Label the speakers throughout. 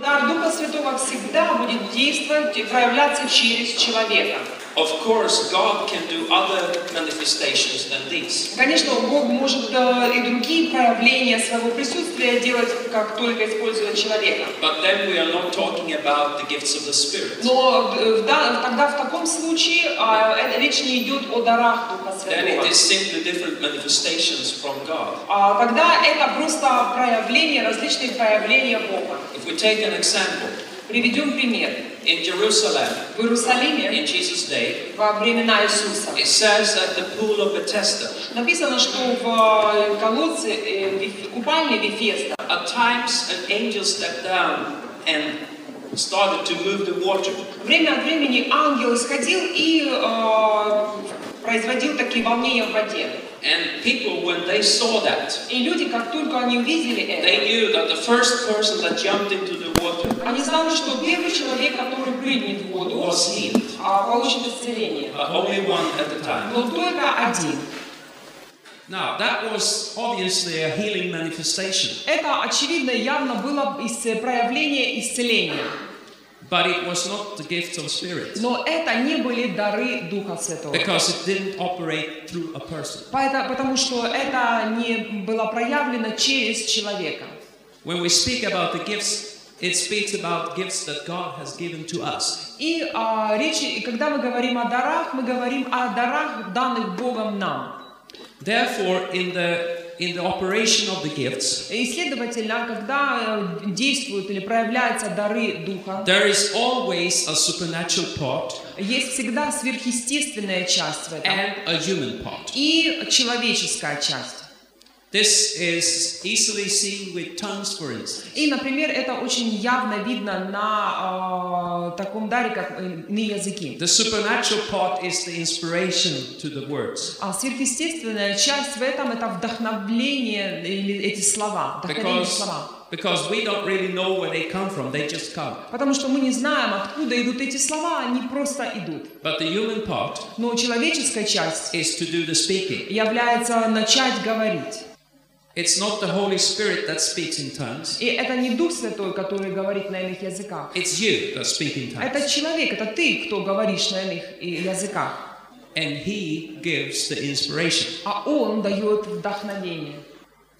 Speaker 1: Духа Святого всегда будет действовать и проявляться через человека.
Speaker 2: Of course, God can do other manifestations than these.
Speaker 1: Конечно, Бог может э, и другие проявления своего присутствия делать, как только используя человека.
Speaker 2: But then we are not talking about the gifts of the Spirit.
Speaker 1: Но э, в да- тогда в таком случае а, это речь не идет о дарах Духа
Speaker 2: Then it
Speaker 1: Святого.
Speaker 2: is simply different manifestations from God.
Speaker 1: А, тогда это просто проявление, различные проявления Бога.
Speaker 2: If we take an example,
Speaker 1: Приведем пример.
Speaker 2: in Jerusalem,
Speaker 1: В Иерусалиме
Speaker 2: in Jesus' day,
Speaker 1: во времена Иисуса
Speaker 2: it says at the pool of Bethesda,
Speaker 1: написано, что в э, колодце э, Виф- купальни Вифеста
Speaker 2: at times an angel stepped down and started to move the water.
Speaker 1: время от времени ангел исходил и э, производил такие волнения в воде.
Speaker 2: And people, when they saw that,
Speaker 1: И люди, как только они увидели это,
Speaker 2: they knew that the first person that jumped into the water
Speaker 1: они знали, что первый человек, который прыгнет в воду,
Speaker 2: was healed,
Speaker 1: а, получит исцеление.
Speaker 2: but uh, only one at a time.
Speaker 1: Но только один.
Speaker 2: Now, that was obviously a healing manifestation,
Speaker 1: Это, очевидно, явно было ис- проявление исцеления.
Speaker 2: but it was not the gift of Spirit
Speaker 1: Но это не были дары Духа Святого.
Speaker 2: because it дidn't operate through a person.
Speaker 1: Поэта- потому что это не было проявлено через человека.
Speaker 2: When we speak about the gifts, it speaks about gifts that God has given to us.
Speaker 1: И а, речь, и когда мы говорим о дарах, мы говорим о дарах, данных Богом нам.
Speaker 2: Therefore, in the in the operation of the gifts,
Speaker 1: И, следовательно, когда э, действуют или проявляются дары Духа,
Speaker 2: there is always a supernatural part
Speaker 1: есть всегда сверхъестественная часть в этом
Speaker 2: and a human part.
Speaker 1: и человеческая часть.
Speaker 2: This is easily seen with tongues, for instance.
Speaker 1: И, например, это очень явно видно на э, таком даре, как иные языки.
Speaker 2: The supernatural part is the inspiration to the words.
Speaker 1: А сверхъестественная часть в этом это вдохновление или эти слова, вдохновение
Speaker 2: Because,
Speaker 1: слова.
Speaker 2: because we don't really know where they come from, they just come.
Speaker 1: Потому что мы не знаем, откуда идут эти слова, они просто идут.
Speaker 2: But the human part
Speaker 1: Но человеческая часть
Speaker 2: is to do the speaking.
Speaker 1: является начать говорить.
Speaker 2: It's not the Holy Spirit that speaks in tongues,
Speaker 1: И это не Дух Святой, который говорит на иных языках.
Speaker 2: it's you that speaks in
Speaker 1: Это
Speaker 2: tongues.
Speaker 1: человек, это ты, кто говоришь на иных и- языках.
Speaker 2: And He gives the inspiration.
Speaker 1: А Он дает вдохновение.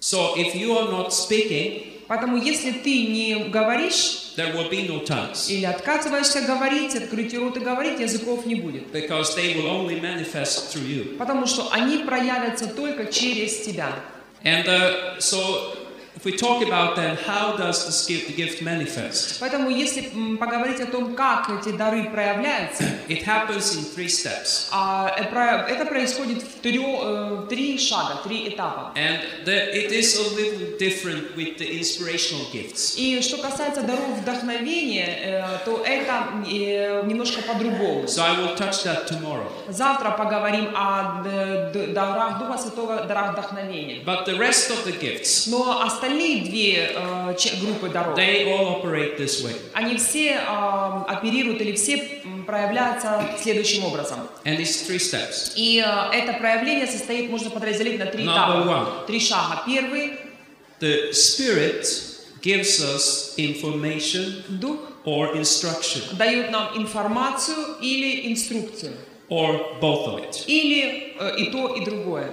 Speaker 2: So if you are not speaking,
Speaker 1: Поэтому если ты не говоришь,
Speaker 2: there will be no tongues.
Speaker 1: Или отказываешься говорить, открыть рот и говорить, языков не будет.
Speaker 2: Because they will only manifest through you.
Speaker 1: Потому что они проявятся только через тебя.
Speaker 2: And uh, so, if we talk about then, how does this gift, the gift manifest?
Speaker 1: Поэтому если м, поговорить о том, как эти дары проявляются,
Speaker 2: It happens in three steps.
Speaker 1: а, э, про- это происходит в трё- э, три шага, три этапа.
Speaker 2: And the, it is a little different with the inspirational gifts.
Speaker 1: И что касается даров вдохновения, э, то это э, немножко по-другому.
Speaker 2: So I will touch that tomorrow.
Speaker 1: Завтра поговорим о д- д- дарах Духа Святого, дарах вдохновения.
Speaker 2: But the rest of the gifts,
Speaker 1: Но остальные две э, ч- группы даров,
Speaker 2: they all operate this way.
Speaker 1: Они все а, оперируют или все м, проявляются следующим образом.
Speaker 2: And it's three steps.
Speaker 1: И а, это проявление состоит, можно подразделить на три
Speaker 2: Number
Speaker 1: этапа. Три шага. Первый
Speaker 2: The Spirit gives us information
Speaker 1: дух
Speaker 2: or instruction,
Speaker 1: дает нам информацию или инструкцию,
Speaker 2: or both of it.
Speaker 1: или э, и то, и другое.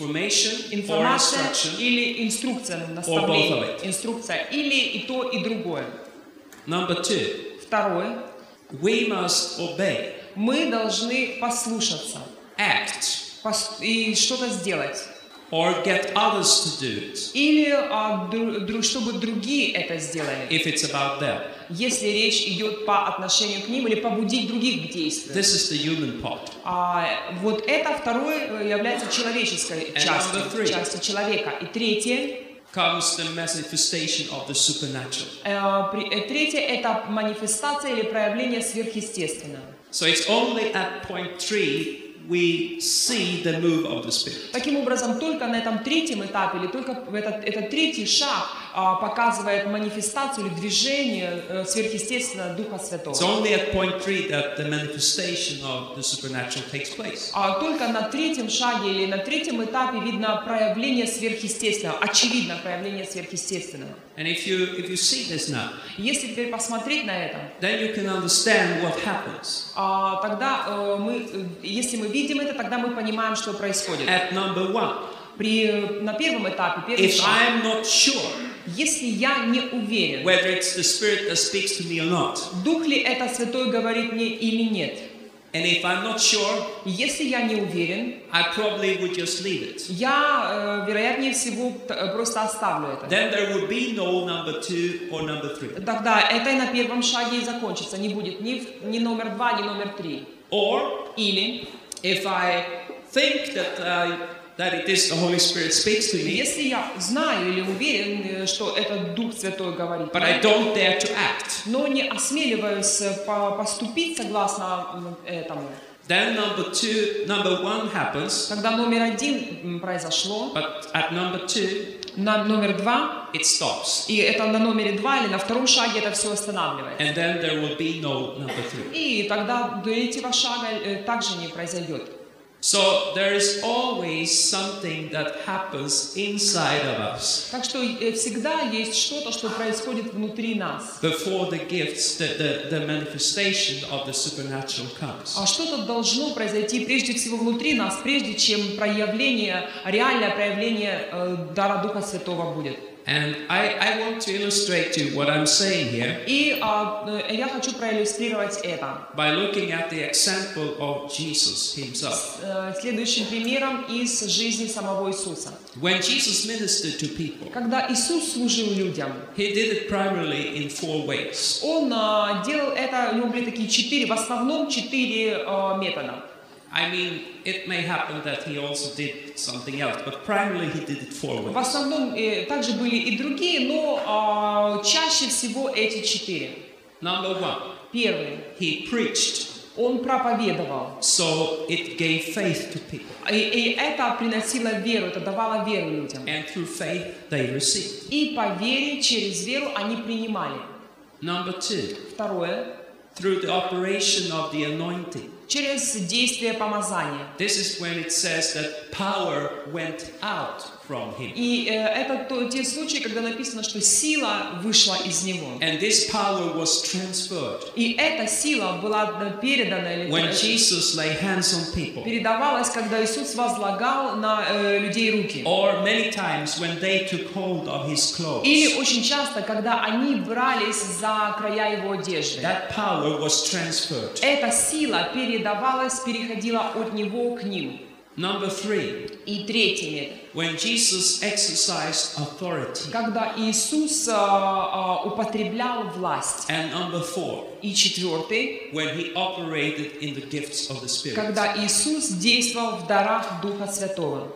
Speaker 2: Information or
Speaker 1: Информация
Speaker 2: instruction.
Speaker 1: или инструкция,
Speaker 2: both
Speaker 1: наставление,
Speaker 2: of it.
Speaker 1: инструкция, или и то, и другое.
Speaker 2: Number two,
Speaker 1: Второе.
Speaker 2: we must obey,
Speaker 1: Мы должны послушаться
Speaker 2: act,
Speaker 1: пос- и что-то сделать.
Speaker 2: or get others to do it
Speaker 1: Или а, дру- дру- чтобы другие это сделали.
Speaker 2: if it's about them.
Speaker 1: если речь идет по отношению к ним или побудить других к действию.
Speaker 2: This is the human part.
Speaker 1: А, вот это второе э, является человеческой
Speaker 2: And number
Speaker 1: частью,
Speaker 2: three.
Speaker 1: частью человека. И третье,
Speaker 2: Comes the manifestation of the supernatural.
Speaker 1: э, при- э, третье это манифестация или проявление сверхъестественного.
Speaker 2: So it's only at point three we see the move of the Spirit.
Speaker 1: Таким образом, только на этом третьем этапе, или только в этот, этот третий шаг а, показывает манифестацию или движение э, сверхъестественного Духа Святого.
Speaker 2: It's only at point three that the manifestation of the supernatural takes place.
Speaker 1: А только на третьем шаге или на третьем этапе видно проявление сверхъестественного, очевидно проявление сверхъестественного.
Speaker 2: And if you if you see this now,
Speaker 1: Если теперь посмотреть на это,
Speaker 2: then you can understand what happens.
Speaker 1: а, тогда э, мы, э, если мы видим это, тогда мы понимаем, что происходит.
Speaker 2: At number one,
Speaker 1: При, э, на первом этапе, первый
Speaker 2: if
Speaker 1: шаг,
Speaker 2: I'm not sure
Speaker 1: если я не уверен,
Speaker 2: whether it's the Spirit that speaks to me or not,
Speaker 1: Дух ли это Святой говорит мне или нет,
Speaker 2: and if I'm not sure,
Speaker 1: если я не уверен,
Speaker 2: I probably would just leave it.
Speaker 1: я, э, вероятнее всего, т- э, просто оставлю это.
Speaker 2: Then there would be no number two or number three.
Speaker 1: Тогда это и на первом шаге и закончится. Не будет ни, в- ни номер два, ни номер три.
Speaker 2: Or
Speaker 1: Или,
Speaker 2: if I think that I, that it is the Holy Spirit speaks to me,
Speaker 1: если я знаю или уверен, э, что этот Дух Святой говорит,
Speaker 2: but I don't dare to act,
Speaker 1: но не осмеливаюсь э, по- поступить согласно м, этому.
Speaker 2: then number two, number one happens.
Speaker 1: Когда номер один м, произошло,
Speaker 2: But at number two,
Speaker 1: на номер два,
Speaker 2: it stops,
Speaker 1: и это на номере два или на втором шаге это все останавливается.
Speaker 2: and then there will be no number three.
Speaker 1: И тогда до третьего шага э, также не произойдет.
Speaker 2: So there is always something that happens inside of us
Speaker 1: Так что э, всегда есть что-то, что происходит внутри нас.
Speaker 2: before the gifts, the, the, the manifestation of the supernatural comes.
Speaker 1: А что-то должно произойти прежде всего внутри нас, прежде чем проявление, реальное проявление э, дара Духа Святого будет.
Speaker 2: And I, I want to illustrate to you what I'm saying here
Speaker 1: И а, э, я хочу проиллюстрировать это
Speaker 2: by looking at the example of Jesus himself.
Speaker 1: с, э, следующим примером из жизни самого Иисуса.
Speaker 2: When Jesus ministered to people,
Speaker 1: Когда Иисус служил людям,
Speaker 2: he did it primarily in four ways.
Speaker 1: Он а, делал это, у него были такие четыре, в основном четыре а, метода.
Speaker 2: I mean, it may happen that he also did something else, but primarily he did it four
Speaker 1: В
Speaker 2: ways.
Speaker 1: основном э, также были и другие, но а, чаще всего эти четыре.
Speaker 2: Number one,
Speaker 1: Первый.
Speaker 2: he preached,
Speaker 1: Он проповедовал.
Speaker 2: so it gave faith to people.
Speaker 1: И, и это приносило веру, это давало веру людям.
Speaker 2: And through faith, they received.
Speaker 1: И по вере, через веру они принимали.
Speaker 2: Number two,
Speaker 1: Второе.
Speaker 2: through the operation of the anointing.
Speaker 1: Через действие помазания.
Speaker 2: This is when it says that power went out from him.
Speaker 1: И э, это то- те случаи, когда написано, что сила вышла из него.
Speaker 2: And this power was transferred
Speaker 1: И эта сила была э, передана или
Speaker 2: when Jesus lay hands on people,
Speaker 1: передавалась, когда Иисус возлагал на э, людей руки.
Speaker 2: or many times when they took hold of his
Speaker 1: Или
Speaker 2: clothes.
Speaker 1: очень часто, когда они брались за края его одежды.
Speaker 2: That power was transferred.
Speaker 1: Эта сила передавалась, переходила от него к ним.
Speaker 2: Number three,
Speaker 1: И третий метод.
Speaker 2: when Jesus exercised authority.
Speaker 1: Когда Иисус а, а, употреблял власть.
Speaker 2: And number four,
Speaker 1: И четвертый.
Speaker 2: when he operated in the gifts of the Spirit.
Speaker 1: Когда Иисус действовал в дарах Духа Святого.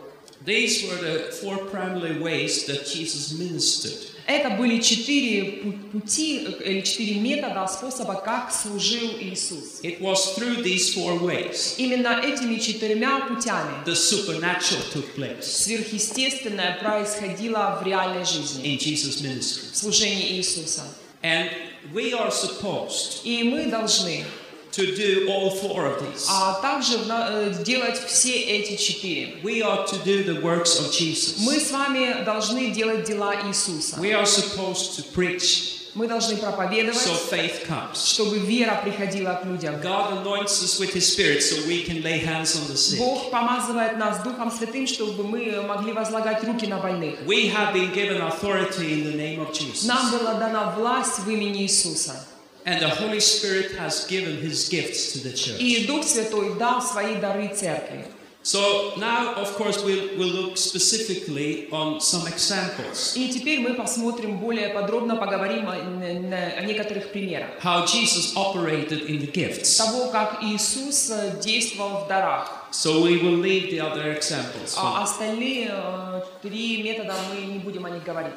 Speaker 2: These were the four primary ways that Jesus ministered.
Speaker 1: Это были четыре пу- пути, э, или четыре метода, способа, как служил Иисус.
Speaker 2: It was through these four ways
Speaker 1: Именно этими четырьмя путями
Speaker 2: the supernatural took place
Speaker 1: сверхъестественное происходило в реальной жизни.
Speaker 2: in Jesus' ministry.
Speaker 1: в служении Иисуса.
Speaker 2: And we are supposed
Speaker 1: И мы должны
Speaker 2: to do all four of these.
Speaker 1: а, также в на- э, делать все эти четыре.
Speaker 2: We are to do the works of
Speaker 1: Мы
Speaker 2: Jesus.
Speaker 1: с вами должны делать дела Иисуса.
Speaker 2: We are supposed to preach
Speaker 1: Мы должны
Speaker 2: so
Speaker 1: проповедовать,
Speaker 2: faith comes.
Speaker 1: чтобы вера приходила к людям.
Speaker 2: God anoints us with His Spirit so we can lay hands on the sick.
Speaker 1: Бог помазывает нас Духом Святым, чтобы мы могли возлагать руки на больных.
Speaker 2: We have been given authority in the name of Jesus.
Speaker 1: Нам была дана власть в имени Иисуса.
Speaker 2: And the Holy Spirit has given His gifts to the church.
Speaker 1: И Дух Святой дал свои дары церкви.
Speaker 2: So now, of course, we'll, we'll look specifically on some examples.
Speaker 1: И теперь мы посмотрим более подробно, поговорим о- н- н- о некоторых примерах.
Speaker 2: How Jesus operated in the gifts.
Speaker 1: того, как Иисус э, действовал в дарах.
Speaker 2: So we will leave the other examples. for-
Speaker 1: А остальные э, три метода мы не будем о них говорить.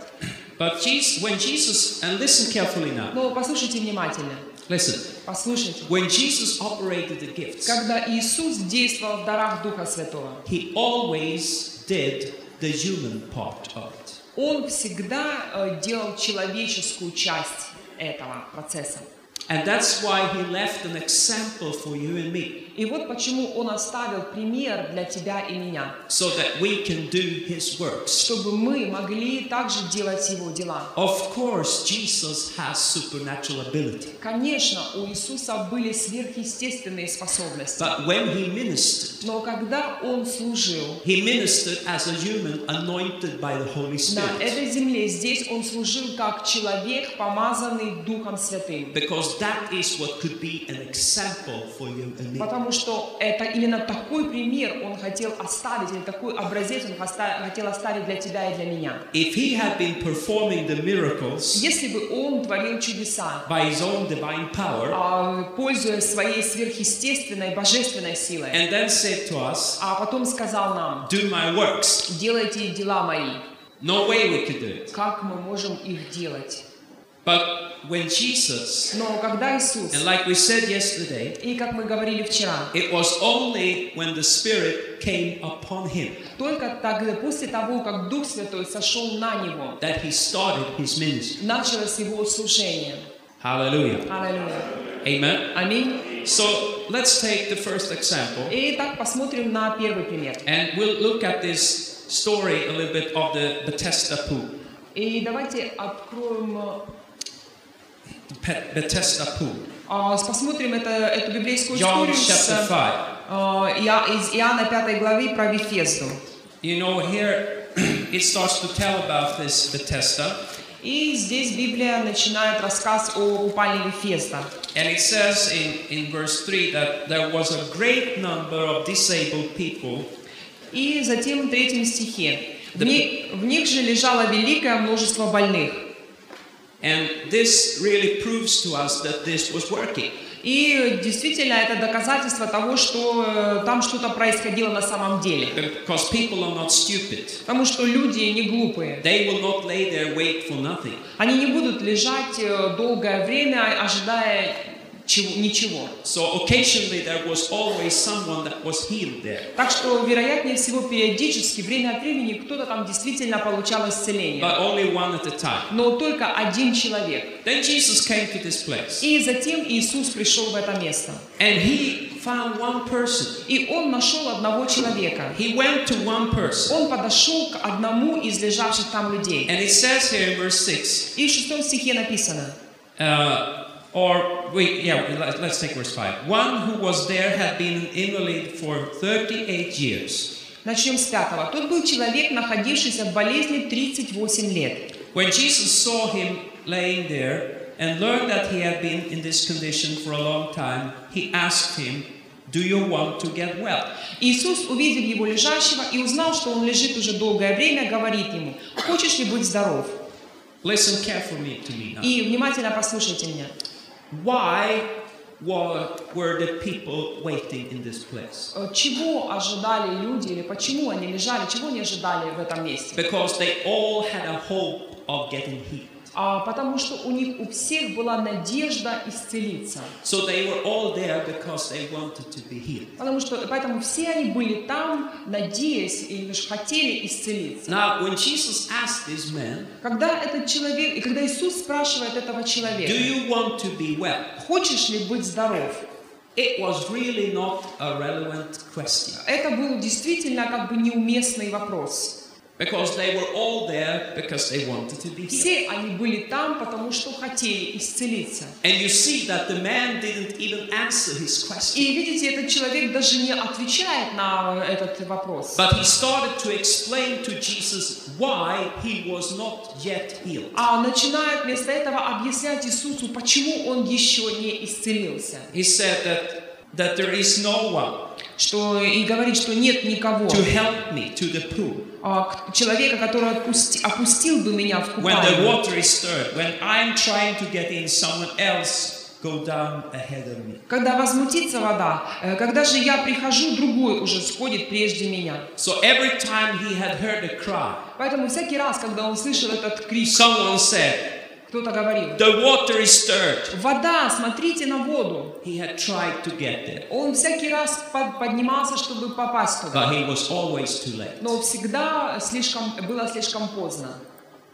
Speaker 2: But Jesus, when Jesus, and listen carefully now,
Speaker 1: Но послушайте внимательно.
Speaker 2: Listen,
Speaker 1: Послушайте,
Speaker 2: when Jesus operated the gifts,
Speaker 1: когда Иисус действовал в дарах Духа Святого,
Speaker 2: he always did the human part of it.
Speaker 1: Он всегда э, делал человеческую часть этого процесса.
Speaker 2: And that's why he left an example for you and me,
Speaker 1: И вот почему Он оставил пример для тебя и меня,
Speaker 2: so that we can do his works.
Speaker 1: чтобы мы могли также делать Его дела.
Speaker 2: Of course, Jesus has supernatural ability,
Speaker 1: Конечно, у Иисуса были сверхъестественные способности,
Speaker 2: but when he ministered,
Speaker 1: но когда Он служил
Speaker 2: he ministered as a human anointed by the Holy
Speaker 1: на
Speaker 2: Spirit.
Speaker 1: этой земле, здесь Он служил как человек, помазанный Духом Святым.
Speaker 2: Because that is what could be an example for you and me.
Speaker 1: Потому что это именно такой пример он хотел оставить, или такой образец он оста- хотел оставить для тебя и для меня.
Speaker 2: If he had been performing the miracles
Speaker 1: Если бы он творил чудеса,
Speaker 2: by his own divine power
Speaker 1: а, пользуясь своей сверхъестественной божественной силой,
Speaker 2: and then said to us,
Speaker 1: а потом сказал нам,
Speaker 2: Do my works,
Speaker 1: делайте дела мои,
Speaker 2: no way we could do it.
Speaker 1: как мы можем их делать?
Speaker 2: But when Jesus,
Speaker 1: Но когда Иисус,
Speaker 2: and like we said yesterday,
Speaker 1: и как мы говорили вчера,
Speaker 2: it was only when the Spirit came upon him
Speaker 1: только тогда, после того, как Дух Святой сошел на него,
Speaker 2: that he started his ministry.
Speaker 1: началось его служение.
Speaker 2: Hallelujah.
Speaker 1: Аллилуйя.
Speaker 2: Amen.
Speaker 1: Аминь.
Speaker 2: So let's take the first example.
Speaker 1: Итак, посмотрим на первый пример.
Speaker 2: And we'll look at this story a little bit of the Bethesda pool.
Speaker 1: И давайте откроем,
Speaker 2: The Pe- Bethesda pool.
Speaker 1: а, с- посмотрим это, эту библейскую
Speaker 2: John
Speaker 1: историю с,
Speaker 2: chapter 5.
Speaker 1: а, Я- из Иоанна 5 главы про Вифезду.
Speaker 2: You know, here it starts to tell about this Bethesda.
Speaker 1: И здесь Библия начинает рассказ о купальне Вифезда.
Speaker 2: And it says in, in verse 3 that there was a great number of disabled people
Speaker 1: И затем в третьем стихе. В, ни- в них же лежало великое множество больных.
Speaker 2: And this really proves to us that this was working.
Speaker 1: И действительно это доказательство того, что э, там что-то происходило на самом деле.
Speaker 2: Because people are not stupid.
Speaker 1: Потому что люди не глупые.
Speaker 2: They will not lay their weight for nothing.
Speaker 1: Они не будут лежать э, долгое время, ожидая чего- ничего.
Speaker 2: So occasionally there was always someone that was healed there.
Speaker 1: Так что, вероятнее всего, периодически, время от времени, кто-то там действительно получал исцеление.
Speaker 2: But only one at a time.
Speaker 1: Но только один человек.
Speaker 2: Then Jesus came to this place.
Speaker 1: И затем Иисус пришел в это место.
Speaker 2: And he found one person.
Speaker 1: И он нашел одного человека.
Speaker 2: He went to one person.
Speaker 1: Он подошел к одному из лежавших там людей.
Speaker 2: And it says here in verse 6,
Speaker 1: И в шестом стихе написано.
Speaker 2: uh, or wait, yeah, let- let's take verse 5. One who was there had been an invalid for 38 years.
Speaker 1: Начнем с пятого. Тот был человек, находившийся в болезни 38 лет.
Speaker 2: When Jesus saw him laying there and learned that he had been in this condition for a long time, he asked him, Do you want to get well?
Speaker 1: Иисус, увидев его лежащего и узнал, что он лежит уже долгое время, говорит ему, «Хочешь ли быть здоров?»
Speaker 2: Listen carefully to me now.
Speaker 1: И внимательно послушайте меня.
Speaker 2: Why were, were the people waiting in this place?
Speaker 1: Э, Чего ожидали люди или почему они лежали, чего они ожидали в этом месте?
Speaker 2: Because they all had a hope of getting healed.
Speaker 1: А, потому что у них у всех была надежда исцелиться.
Speaker 2: So they were all there because they wanted to be healed.
Speaker 1: Потому что, поэтому все они были там, надеясь или лишь хотели исцелиться.
Speaker 2: Now, when Jesus asked this man,
Speaker 1: Когда этот человек, и когда Иисус спрашивает этого
Speaker 2: Do
Speaker 1: человека,
Speaker 2: you want to be well?
Speaker 1: хочешь ли быть здоров?
Speaker 2: It was really not a relevant question.
Speaker 1: Это был действительно как бы неуместный вопрос.
Speaker 2: Because they were all there because they wanted to be healed.
Speaker 1: Все они были там, потому что хотели исцелиться.
Speaker 2: And you see that the man didn't even answer his question.
Speaker 1: И видите, этот человек даже не отвечает на этот вопрос.
Speaker 2: But he started to explain to Jesus why he was not yet healed.
Speaker 1: А начинает вместо этого объяснять Иисусу, почему он еще не исцелился.
Speaker 2: He said that, that there is no one
Speaker 1: Что и говорит, что нет никого.
Speaker 2: to help me to the pool
Speaker 1: а, к- человека, который отпусти- опустил бы меня в
Speaker 2: when the
Speaker 1: купальню.
Speaker 2: water is stirred. When I'm trying to get in, someone else go down ahead of me.
Speaker 1: Когда возмутится вода, э, когда же я прихожу, другой уже сходит прежде меня.
Speaker 2: So every time he had heard a cry,
Speaker 1: Поэтому всякий раз, когда он слышал этот крик,
Speaker 2: someone said,
Speaker 1: Кто-то говорил,
Speaker 2: The water is stirred.
Speaker 1: вода, смотрите на воду.
Speaker 2: He had tried to get there,
Speaker 1: Он всякий раз под- поднимался, чтобы попасть туда.
Speaker 2: but he was always too late.
Speaker 1: Но всегда слишком, было слишком поздно.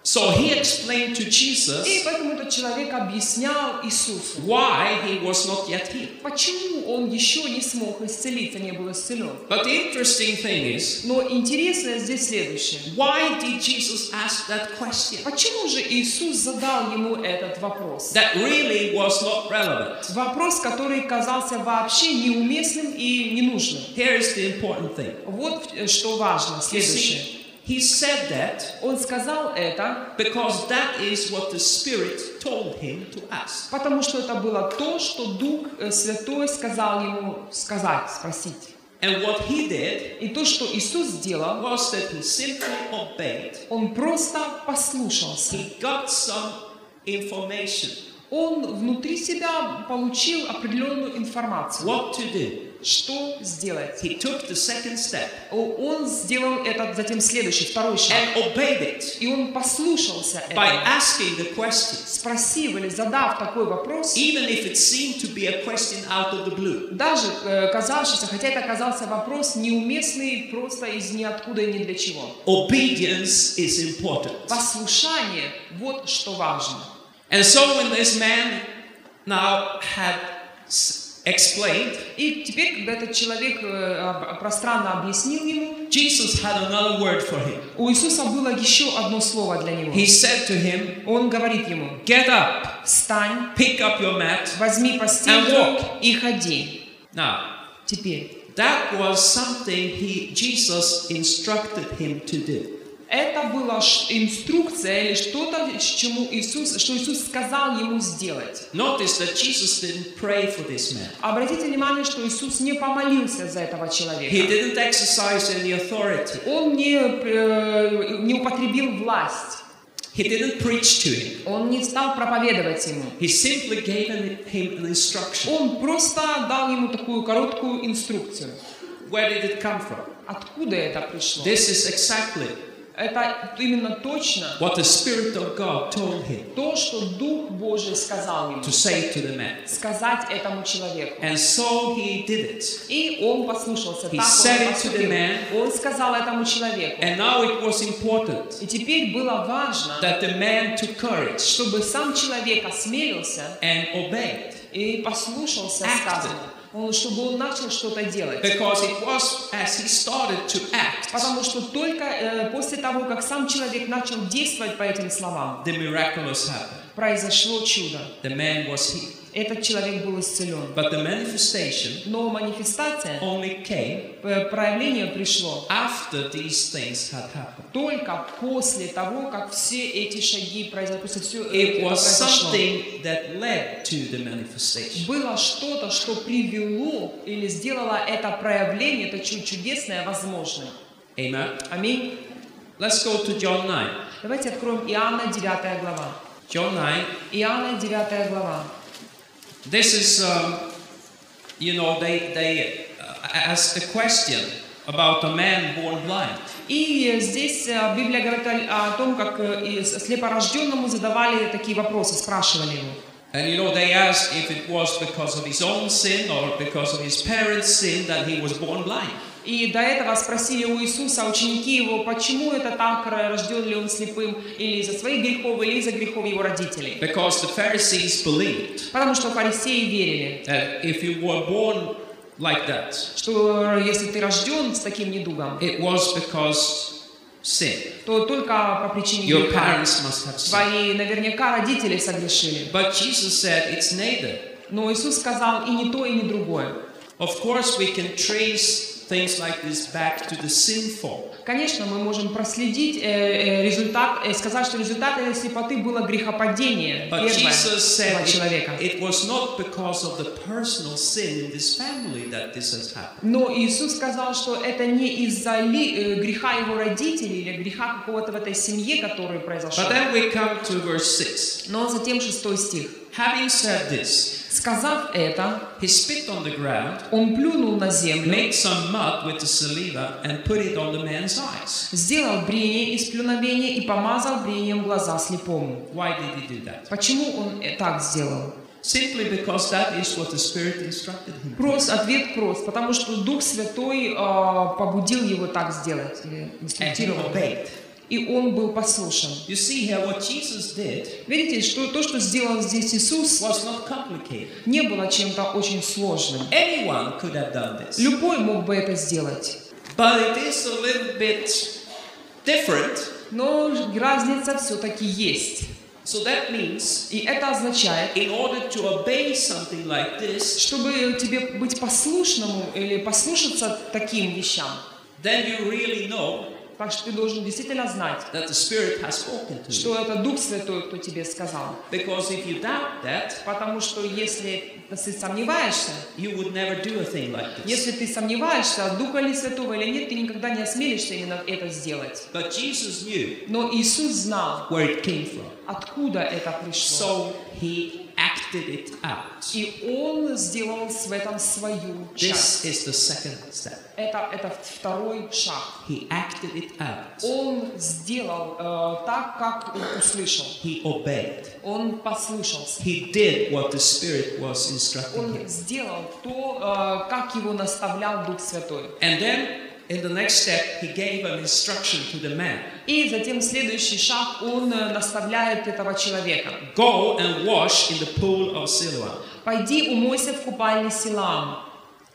Speaker 2: So he explained to
Speaker 1: И
Speaker 2: Jesus
Speaker 1: поэтому этот человек объяснял Иисусу,
Speaker 2: why he was not yet healed.
Speaker 1: почему он еще не смог исцелиться, не был исцелен.
Speaker 2: But the interesting thing is,
Speaker 1: Но интересное здесь следующее.
Speaker 2: why did Jesus ask that question?
Speaker 1: Почему же Иисус задал ему этот вопрос?
Speaker 2: That really was not relevant.
Speaker 1: Вопрос, который казался вообще неуместным и ненужным.
Speaker 2: Here is the important thing.
Speaker 1: Вот э, что важно,
Speaker 2: You
Speaker 1: следующее.
Speaker 2: see, he said that
Speaker 1: Он сказал это,
Speaker 2: because that is what the Spirit told him to ask.
Speaker 1: потому что это было то, что Дух э, Святой сказал ему сказать, спросить.
Speaker 2: And what he did
Speaker 1: И то, что Иисус сделал,
Speaker 2: was that he simply obeyed.
Speaker 1: он просто послушался.
Speaker 2: He got some information
Speaker 1: Он внутри себя получил определенную информацию,
Speaker 2: what to do.
Speaker 1: что сделать.
Speaker 2: He took the second step
Speaker 1: О, Он сделал этот затем следующий, второй шаг.
Speaker 2: and obeyed it
Speaker 1: И он послушался
Speaker 2: by
Speaker 1: этого,
Speaker 2: asking the questions,
Speaker 1: спросив или задав такой вопрос,
Speaker 2: even if it seemed to be a question out of the blue.
Speaker 1: даже э, казавшийся, хотя это оказался вопрос неуместный просто из ниоткуда и ни для чего.
Speaker 2: Obedience is important.
Speaker 1: Послушание – вот что важно.
Speaker 2: And so when this man now had s- explained,
Speaker 1: И теперь, когда этот человек э, об- пространно объяснил ему,
Speaker 2: Jesus had another word for him.
Speaker 1: у Иисуса было еще одно слово для него.
Speaker 2: He said to him,
Speaker 1: Он говорит ему,
Speaker 2: Get up,
Speaker 1: «Встань,
Speaker 2: pick up your mat.
Speaker 1: Возьми постель
Speaker 2: And walk.
Speaker 1: и ходи.
Speaker 2: Now,
Speaker 1: Теперь.
Speaker 2: that was something he Jesus instructed him to do.
Speaker 1: Это была ш- инструкция или что-то, с чему Иисус, что Иисус сказал ему сделать.
Speaker 2: Notice that Jesus didn't pray for this man.
Speaker 1: Обратите внимание, что Иисус не помолился за этого
Speaker 2: He
Speaker 1: человека.
Speaker 2: didn't exercise any authority.
Speaker 1: Он не, э, не употребил власть.
Speaker 2: He didn't preach to him.
Speaker 1: Он не стал проповедовать ему.
Speaker 2: He simply gave an- him an instruction.
Speaker 1: Он просто дал ему такую короткую инструкцию.
Speaker 2: Where did it come from?
Speaker 1: Откуда это пришло?
Speaker 2: This is exactly
Speaker 1: Это именно точно
Speaker 2: what the Spirit of God told him
Speaker 1: то, что Дух Божий сказал ему.
Speaker 2: to say to the man.
Speaker 1: Сказать этому человеку.
Speaker 2: And so he did it.
Speaker 1: И он послушался.
Speaker 2: He
Speaker 1: так
Speaker 2: said
Speaker 1: он,
Speaker 2: it to
Speaker 1: поступил.
Speaker 2: the man.
Speaker 1: он сказал этому человеку.
Speaker 2: And now it was important
Speaker 1: И теперь было важно,
Speaker 2: that the man took courage
Speaker 1: чтобы сам человек осмелился
Speaker 2: and obeyed
Speaker 1: и послушался
Speaker 2: Acted.
Speaker 1: сказанного. Он- чтобы он начал что-то делать.
Speaker 2: because it was as he started to act
Speaker 1: Потому что только э, после того, как сам человек начал действовать по этим словам,
Speaker 2: the miraculous happened.
Speaker 1: произошло чудо.
Speaker 2: The man was healed.
Speaker 1: Этот человек был исцелен.
Speaker 2: But the manifestation
Speaker 1: Но манифестация,
Speaker 2: only came
Speaker 1: э, проявление пришло
Speaker 2: after these things had happened.
Speaker 1: только после того, как все эти шаги произошли. после всё
Speaker 2: It
Speaker 1: это
Speaker 2: was
Speaker 1: произошло.
Speaker 2: something that led to the manifestation.
Speaker 1: было что-то, что привело или сделало это проявление, это чу- чудесное возможным.
Speaker 2: Amen.
Speaker 1: Аминь.
Speaker 2: Let's go to John 9.
Speaker 1: Давайте откроем Иоанна 9 глава.
Speaker 2: John 9,
Speaker 1: Иоанна 9 глава.
Speaker 2: this is, um, you know, they, they uh, asked a question about a man born blind.
Speaker 1: И э, здесь э, Библия говорит о о том, как э, и с- слепорожденному задавали такие вопросы, спрашивали его.
Speaker 2: And you know, they asked if it was because of his own sin or because of his parents' sin that he was born blind.
Speaker 1: И до этого спросили у Иисуса ученики его, почему это так, р- рожден ли он слепым, или из-за своих грехов, или из-за грехов его родителей.
Speaker 2: Because the Pharisees believed
Speaker 1: Потому что фарисеи верили,
Speaker 2: that Uh, if you were born like that,
Speaker 1: что э, если ты рожден с таким недугом,
Speaker 2: It was because sin.
Speaker 1: то только по причине
Speaker 2: Your
Speaker 1: греха.
Speaker 2: parents must have sinned.
Speaker 1: Твои наверняка родители согрешили.
Speaker 2: But Jesus said it's neither.
Speaker 1: Но Иисус сказал и не то, и не другое.
Speaker 2: Of course, we can trace things like this back to the sinful.
Speaker 1: Конечно, мы можем проследить э, э, результат, э, сказать, что результат этой слепоты было грехопадение
Speaker 2: But
Speaker 1: первое
Speaker 2: Jesus said
Speaker 1: этого человека.
Speaker 2: it, it was not because of the personal sin in this family that this has happened.
Speaker 1: Но Иисус сказал, что это не из-за ли- э, греха его родителей или греха какого-то в этой семье, который произошел.
Speaker 2: But then we come to verse 6.
Speaker 1: Но затем шестой стих.
Speaker 2: Having said this,
Speaker 1: Сказав это,
Speaker 2: He spit on the ground,
Speaker 1: он плюнул на землю,
Speaker 2: made some mud with the saliva, and put it on the man's eyes.
Speaker 1: сделал брение из плюновения и помазал брением глаза слепому.
Speaker 2: Why did he do that?
Speaker 1: Почему он э, так сделал?
Speaker 2: Simply because that is what the Spirit instructed him.
Speaker 1: Прост, ответ прост, потому что Дух Святой э, побудил его так сделать, или
Speaker 2: And he
Speaker 1: инструктировал.
Speaker 2: obeyed.
Speaker 1: И он был послушен.
Speaker 2: You see here, what Jesus did
Speaker 1: Видите, что то, что сделал здесь Иисус,
Speaker 2: was not complicated.
Speaker 1: не было чем-то очень сложным.
Speaker 2: Anyone could have done this.
Speaker 1: Любой мог бы это сделать.
Speaker 2: But it is a little bit different.
Speaker 1: Но разница все-таки есть.
Speaker 2: So that means
Speaker 1: И это означает,
Speaker 2: in order to obey something like this,
Speaker 1: чтобы тебе быть послушному или послушаться таким вещам,
Speaker 2: then you really know
Speaker 1: так что ты должен действительно знать,
Speaker 2: that the Spirit has spoken to you.
Speaker 1: что это Дух Святой, кто тебе сказал.
Speaker 2: Because if you doubt that,
Speaker 1: Потому что если ты сомневаешься,
Speaker 2: you would never do a thing like this.
Speaker 1: если ты сомневаешься, Духа ли Святого или нет, ты никогда не осмелишься именно это сделать.
Speaker 2: But Jesus knew
Speaker 1: Но Иисус знал,
Speaker 2: where it came from.
Speaker 1: откуда это пришло.
Speaker 2: So he acted it out.
Speaker 1: И Он сделал в этом свою часть.
Speaker 2: This is the second step.
Speaker 1: Это, это второй шаг.
Speaker 2: He acted it out.
Speaker 1: Он сделал э, так, как он услышал.
Speaker 2: He obeyed.
Speaker 1: Он послушался.
Speaker 2: He did what the Spirit was instructing him.
Speaker 1: Он сделал то, э, как его наставлял Дух Святой.
Speaker 2: And then in the next step, he gave an instruction to the man
Speaker 1: И затем следующий шаг, он э, наставляет этого человека.
Speaker 2: Go and wash in the pool of Siloam.
Speaker 1: «Пойди умойся в купальне Силам».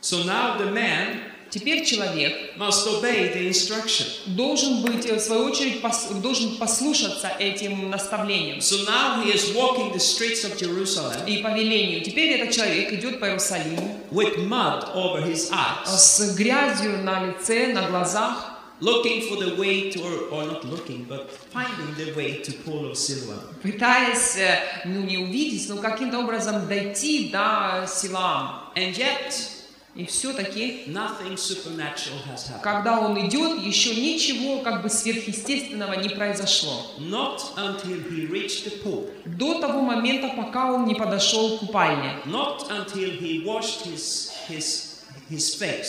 Speaker 2: So now the man
Speaker 1: Теперь человек
Speaker 2: must obey the instruction.
Speaker 1: должен быть, э, в свою очередь, пос- должен послушаться этим наставлениям
Speaker 2: So now he is walking the streets of Jerusalem
Speaker 1: и повелению. Теперь этот человек идет по Иерусалиму
Speaker 2: with mud over his
Speaker 1: э,
Speaker 2: eyes,
Speaker 1: с грязью на лице, на глазах,
Speaker 2: looking for the way to, or, or not looking, but finding the way to pool of Siloam.
Speaker 1: пытаясь, э, ну, не увидеть, но каким-то образом дойти до Силам.
Speaker 2: And yet,
Speaker 1: И все-таки
Speaker 2: nothing supernatural has happened.
Speaker 1: когда он идет, еще ничего как бы сверхъестественного не произошло.
Speaker 2: Not until he reached the pool.
Speaker 1: До того момента, пока он не подошел к купальне.
Speaker 2: Not until he washed his, his, his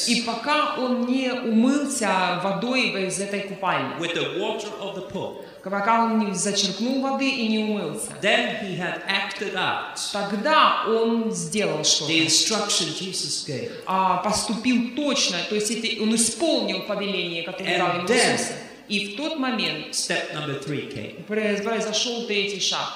Speaker 1: И
Speaker 2: face
Speaker 1: пока он не умылся водой из этой купальни.
Speaker 2: with the water of the pool.
Speaker 1: Пока он не зачерпнул воды и не умылся.
Speaker 2: Then he had acted out
Speaker 1: Тогда он сделал
Speaker 2: the
Speaker 1: что-то.
Speaker 2: instruction Jesus gave.
Speaker 1: А, поступил точно, то есть это- он исполнил повеление, которое дал ему
Speaker 2: And then-
Speaker 1: Иисус. И в тот момент
Speaker 2: Step number three came.
Speaker 1: произ- произошел третий шаг.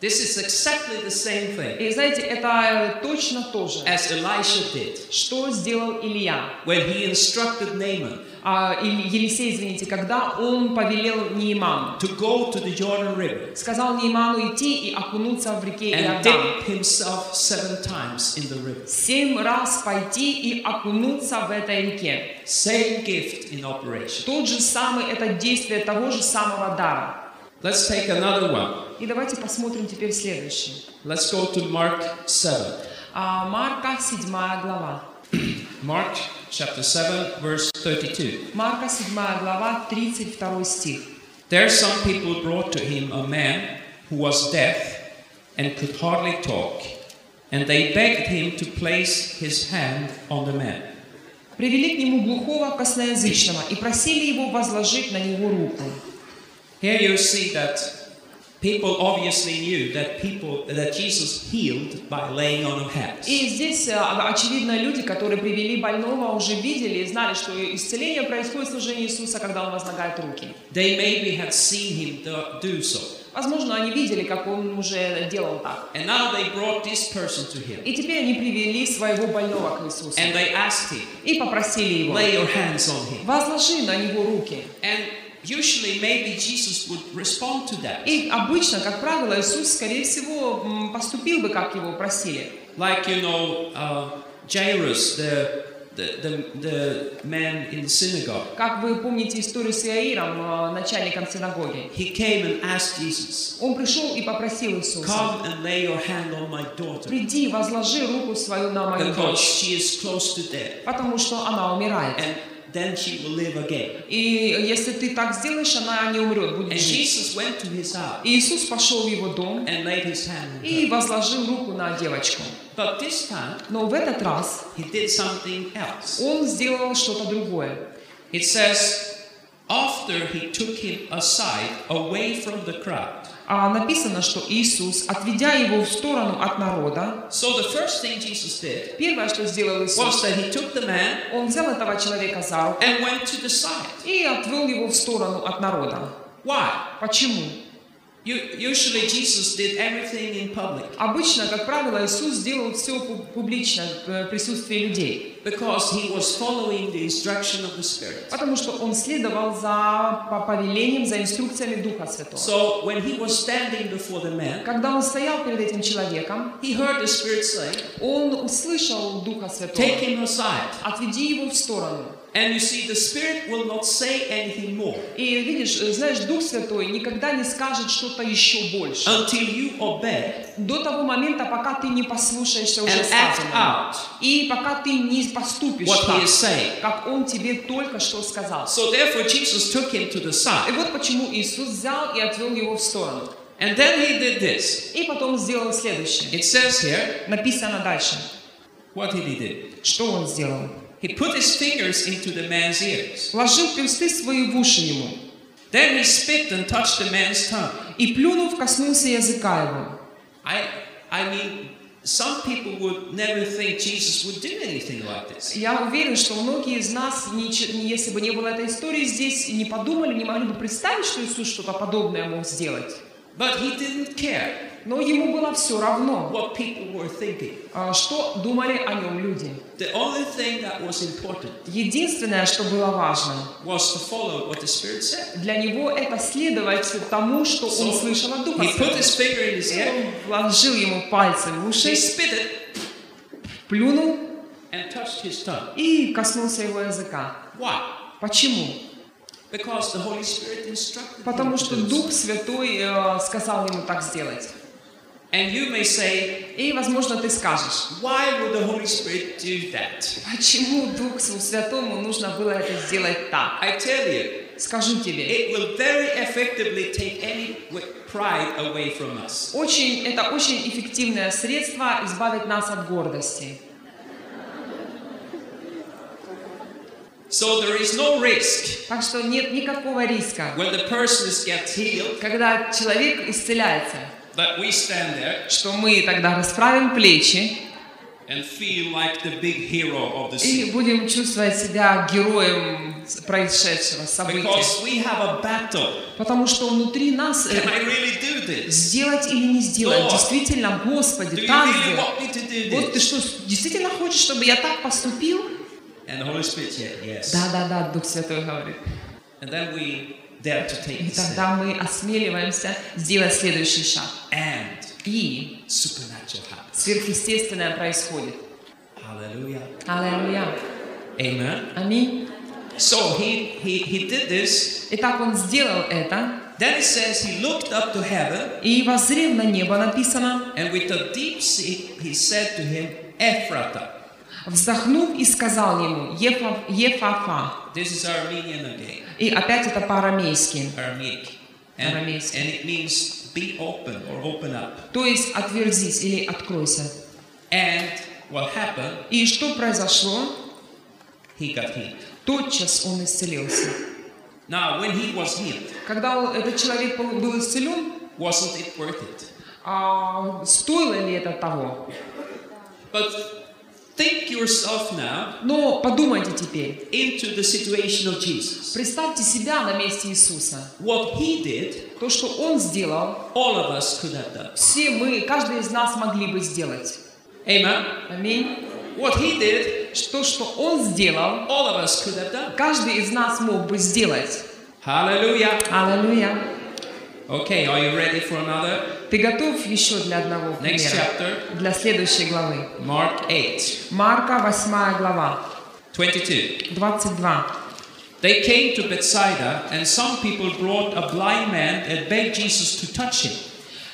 Speaker 2: This is exactly the same thing
Speaker 1: И знаете, это э, точно то же,
Speaker 2: as Elisha did
Speaker 1: что сделал Илья.
Speaker 2: when he instructed Naaman
Speaker 1: А, Ил- Елисей, извините, когда он повелел Неиману,
Speaker 2: to go to the Jordan River
Speaker 1: сказал Неиману идти и окунуться в реке
Speaker 2: and
Speaker 1: Иордан.
Speaker 2: dip himself seven times in the river.
Speaker 1: Семь раз пойти и окунуться в этой реке.
Speaker 2: Same gift in operation.
Speaker 1: Тот же самый, это действие того же самого дара.
Speaker 2: Let's take another one.
Speaker 1: И давайте посмотрим теперь следующее.
Speaker 2: Let's go to Mark 7.
Speaker 1: А, Марка, 7 глава.
Speaker 2: Mark chapter 7, verse 32.
Speaker 1: Марка, 7 глава, 32 стих.
Speaker 2: There some people brought to him a man who was deaf and could hardly talk, and they begged him to place his hand on the man.
Speaker 1: «Привели к нему глухого косноязычного и просили его возложить на него руку».
Speaker 2: Here you see that people obviously knew that people that Jesus healed by laying on of hands.
Speaker 1: И здесь, э, очевидно, люди, которые привели больного, уже видели и знали, что исцеление происходит в служении Иисуса, когда Он возлагает руки.
Speaker 2: They maybe had seen him do- do so.
Speaker 1: Возможно, они видели, как Он уже делал так.
Speaker 2: And now they brought this person to him
Speaker 1: И теперь они привели своего больного к Иисусу
Speaker 2: and they asked him,
Speaker 1: и попросили Его,
Speaker 2: lay your hands on him.
Speaker 1: возложи на Него руки.
Speaker 2: And usually maybe Jesus would respond to that.
Speaker 1: И обычно, как правило, Иисус, скорее всего, м, поступил бы, как Его просили.
Speaker 2: Like you know, uh, Jairus, the, the, the, the man in the synagogue,
Speaker 1: Как вы помните историю с Иаиром, э, начальником синагоги.
Speaker 2: he came and asked Jesus,
Speaker 1: Он пришел и попросил Иисуса,
Speaker 2: Come and lay your hand on my daughter
Speaker 1: приди, возложи руку свою на мою дочь.
Speaker 2: because she is close to death.
Speaker 1: потому что она умирает.
Speaker 2: And then she will live again.
Speaker 1: И если ты так сделаешь, она не умрет, будет
Speaker 2: And
Speaker 1: жить.
Speaker 2: Jesus went to his house
Speaker 1: И Иисус пошел в его дом
Speaker 2: and laid his hand on
Speaker 1: и
Speaker 2: her.
Speaker 1: возложил руку на девочку.
Speaker 2: But this time,
Speaker 1: Но в этот раз
Speaker 2: he did something else.
Speaker 1: он сделал что-то другое.
Speaker 2: It says, after he took him aside, away from the crowd.
Speaker 1: А написано, что Иисус, отведя его в сторону от народа,
Speaker 2: So the first thing Jesus did
Speaker 1: первое, что сделал Иисус,
Speaker 2: was that he took the man
Speaker 1: он взял этого человека за руку
Speaker 2: and went to the side.
Speaker 1: и отвел его в сторону от народа.
Speaker 2: Why?
Speaker 1: Почему?
Speaker 2: You, usually Jesus did everything in public
Speaker 1: Обычно, как правило, Иисус делал все публично в э, присутствии людей,
Speaker 2: because he was following the instruction of the Spirit.
Speaker 1: потому что он следовал за по повелениям, за инструкциями Духа Святого.
Speaker 2: So when he was standing before the man,
Speaker 1: Когда он стоял перед этим человеком,
Speaker 2: he heard the Spirit say,
Speaker 1: он услышал Духа
Speaker 2: Take
Speaker 1: Святого.
Speaker 2: him aside.
Speaker 1: Отведи его в сторону.
Speaker 2: And you see, the Spirit will not say anything more
Speaker 1: И видишь, э, знаешь, Дух Святой никогда не скажет что-то еще больше.
Speaker 2: until you obey
Speaker 1: До того момента, пока ты не послушаешься уже
Speaker 2: and act
Speaker 1: сказанного.
Speaker 2: out
Speaker 1: И пока ты не поступишь
Speaker 2: what he
Speaker 1: так,
Speaker 2: is saying.
Speaker 1: как он тебе только что сказал.
Speaker 2: So therefore, Jesus took him to the
Speaker 1: И
Speaker 2: side.
Speaker 1: вот почему Иисус взял и отвел его в сторону.
Speaker 2: And then he did this.
Speaker 1: И потом сделал следующее.
Speaker 2: It says here
Speaker 1: Написано дальше,
Speaker 2: what did he do?
Speaker 1: что он сделал.
Speaker 2: He put his fingers into the man's ears.
Speaker 1: Вложил персты свои в уши ему
Speaker 2: Then he spit and touched the man's tongue.
Speaker 1: и, плюнув, коснулся языка его.
Speaker 2: I, I mean, some people would never think Jesus would do anything like this.
Speaker 1: Я уверен, что многие из нас, нич- если бы не было этой истории здесь, не подумали, не могли бы представить, что Иисус что-то подобное мог сделать.
Speaker 2: But he didn't care
Speaker 1: Но ему было все равно,
Speaker 2: what people were thinking.
Speaker 1: а, что думали о нем люди.
Speaker 2: The only thing that was important
Speaker 1: Единственное, что было важно,
Speaker 2: was to follow what the Spirit said.
Speaker 1: для него это следовать тому, что он слышал от Духа
Speaker 2: he put
Speaker 1: Святого.
Speaker 2: his finger in his ear,
Speaker 1: Он вложил ему пальцы в
Speaker 2: he
Speaker 1: уши,
Speaker 2: spit it,
Speaker 1: плюнул
Speaker 2: and touched his tongue.
Speaker 1: и коснулся его языка.
Speaker 2: Why?
Speaker 1: Почему?
Speaker 2: Because the Holy Spirit instructed him
Speaker 1: Потому
Speaker 2: to
Speaker 1: что
Speaker 2: do so.
Speaker 1: Дух Святой э, сказал ему так сделать.
Speaker 2: And you may say,
Speaker 1: И, возможно, ты скажешь,
Speaker 2: why would the Holy Spirit do that?
Speaker 1: Почему Духу Святому нужно было это сделать так?
Speaker 2: I tell you,
Speaker 1: Скажу тебе,
Speaker 2: It will very effectively take any wi- pride away from us.
Speaker 1: очень, это очень эффективное средство избавить нас от гордости.
Speaker 2: So there is no risk
Speaker 1: Так что нет никакого риска,
Speaker 2: when the person is gets healed
Speaker 1: когда человек исцеляется,
Speaker 2: that we stand there
Speaker 1: что мы тогда расправим плечи
Speaker 2: and feel like the big hero of the
Speaker 1: и
Speaker 2: scene.
Speaker 1: будем чувствовать себя героем с- происшедшего события.
Speaker 2: Because we have a battle.
Speaker 1: Потому что внутри нас э,
Speaker 2: Can I really do this?
Speaker 1: сделать или не сделать,
Speaker 2: Lord,
Speaker 1: действительно,
Speaker 2: Do
Speaker 1: Господи,
Speaker 2: you
Speaker 1: так
Speaker 2: really
Speaker 1: сделай.
Speaker 2: want me to do
Speaker 1: Вот ты
Speaker 2: this?
Speaker 1: что, действительно хочешь, чтобы я так поступил?
Speaker 2: And the Holy Spirit said, yes.
Speaker 1: Да-да-да, Дух Святой говорит.
Speaker 2: And then we dare to take
Speaker 1: И
Speaker 2: the step.
Speaker 1: тогда мы осмеливаемся сделать следующий шаг.
Speaker 2: And
Speaker 1: И
Speaker 2: supernatural happens.
Speaker 1: сверхъестественное происходит.
Speaker 2: Hallelujah.
Speaker 1: Аллилуйя.
Speaker 2: Amen.
Speaker 1: Аминь.
Speaker 2: So he, he, he did this.
Speaker 1: Итак, он сделал это,
Speaker 2: Then it says he looked up to heaven
Speaker 1: и воззрев на небо написано,
Speaker 2: And with a deep sea, he said to him, Ephrata.
Speaker 1: вздохнув и сказал ему, «Ефа- Ефафа.
Speaker 2: This is Armenian again,
Speaker 1: И опять это по-арамейски.
Speaker 2: Aramaic. And, and
Speaker 1: Aramaic.
Speaker 2: it means be open or open up.
Speaker 1: То есть отверзись или откройся.
Speaker 2: And what happened?
Speaker 1: И что произошло?
Speaker 2: He got healed.
Speaker 1: Тотчас он исцелился.
Speaker 2: Now, when he was healed,
Speaker 1: Когда он- этот человек был- был исцелен,
Speaker 2: wasn't it worth it?
Speaker 1: а, стоило ли это того?
Speaker 2: But think yourself now
Speaker 1: Но подумайте теперь,
Speaker 2: into the situation of Jesus.
Speaker 1: Представьте себя на месте Иисуса.
Speaker 2: What he did,
Speaker 1: То, что Он сделал,
Speaker 2: all of us could have done.
Speaker 1: все мы, каждый из нас могли бы сделать.
Speaker 2: Amen.
Speaker 1: Аминь.
Speaker 2: What he did,
Speaker 1: То, что Он сделал,
Speaker 2: all of us could have done.
Speaker 1: каждый из нас мог бы сделать.
Speaker 2: Hallelujah.
Speaker 1: Аллилуйя.
Speaker 2: Okay, are you ready for another?
Speaker 1: Ты готов еще для одного
Speaker 2: Next
Speaker 1: примера?
Speaker 2: chapter.
Speaker 1: Для следующей главы.
Speaker 2: Mark 8,
Speaker 1: Марка, 8 глава,
Speaker 2: 22.
Speaker 1: 22.
Speaker 2: They came to Bethsaida, and some people brought a blind man and begged Jesus to touch him.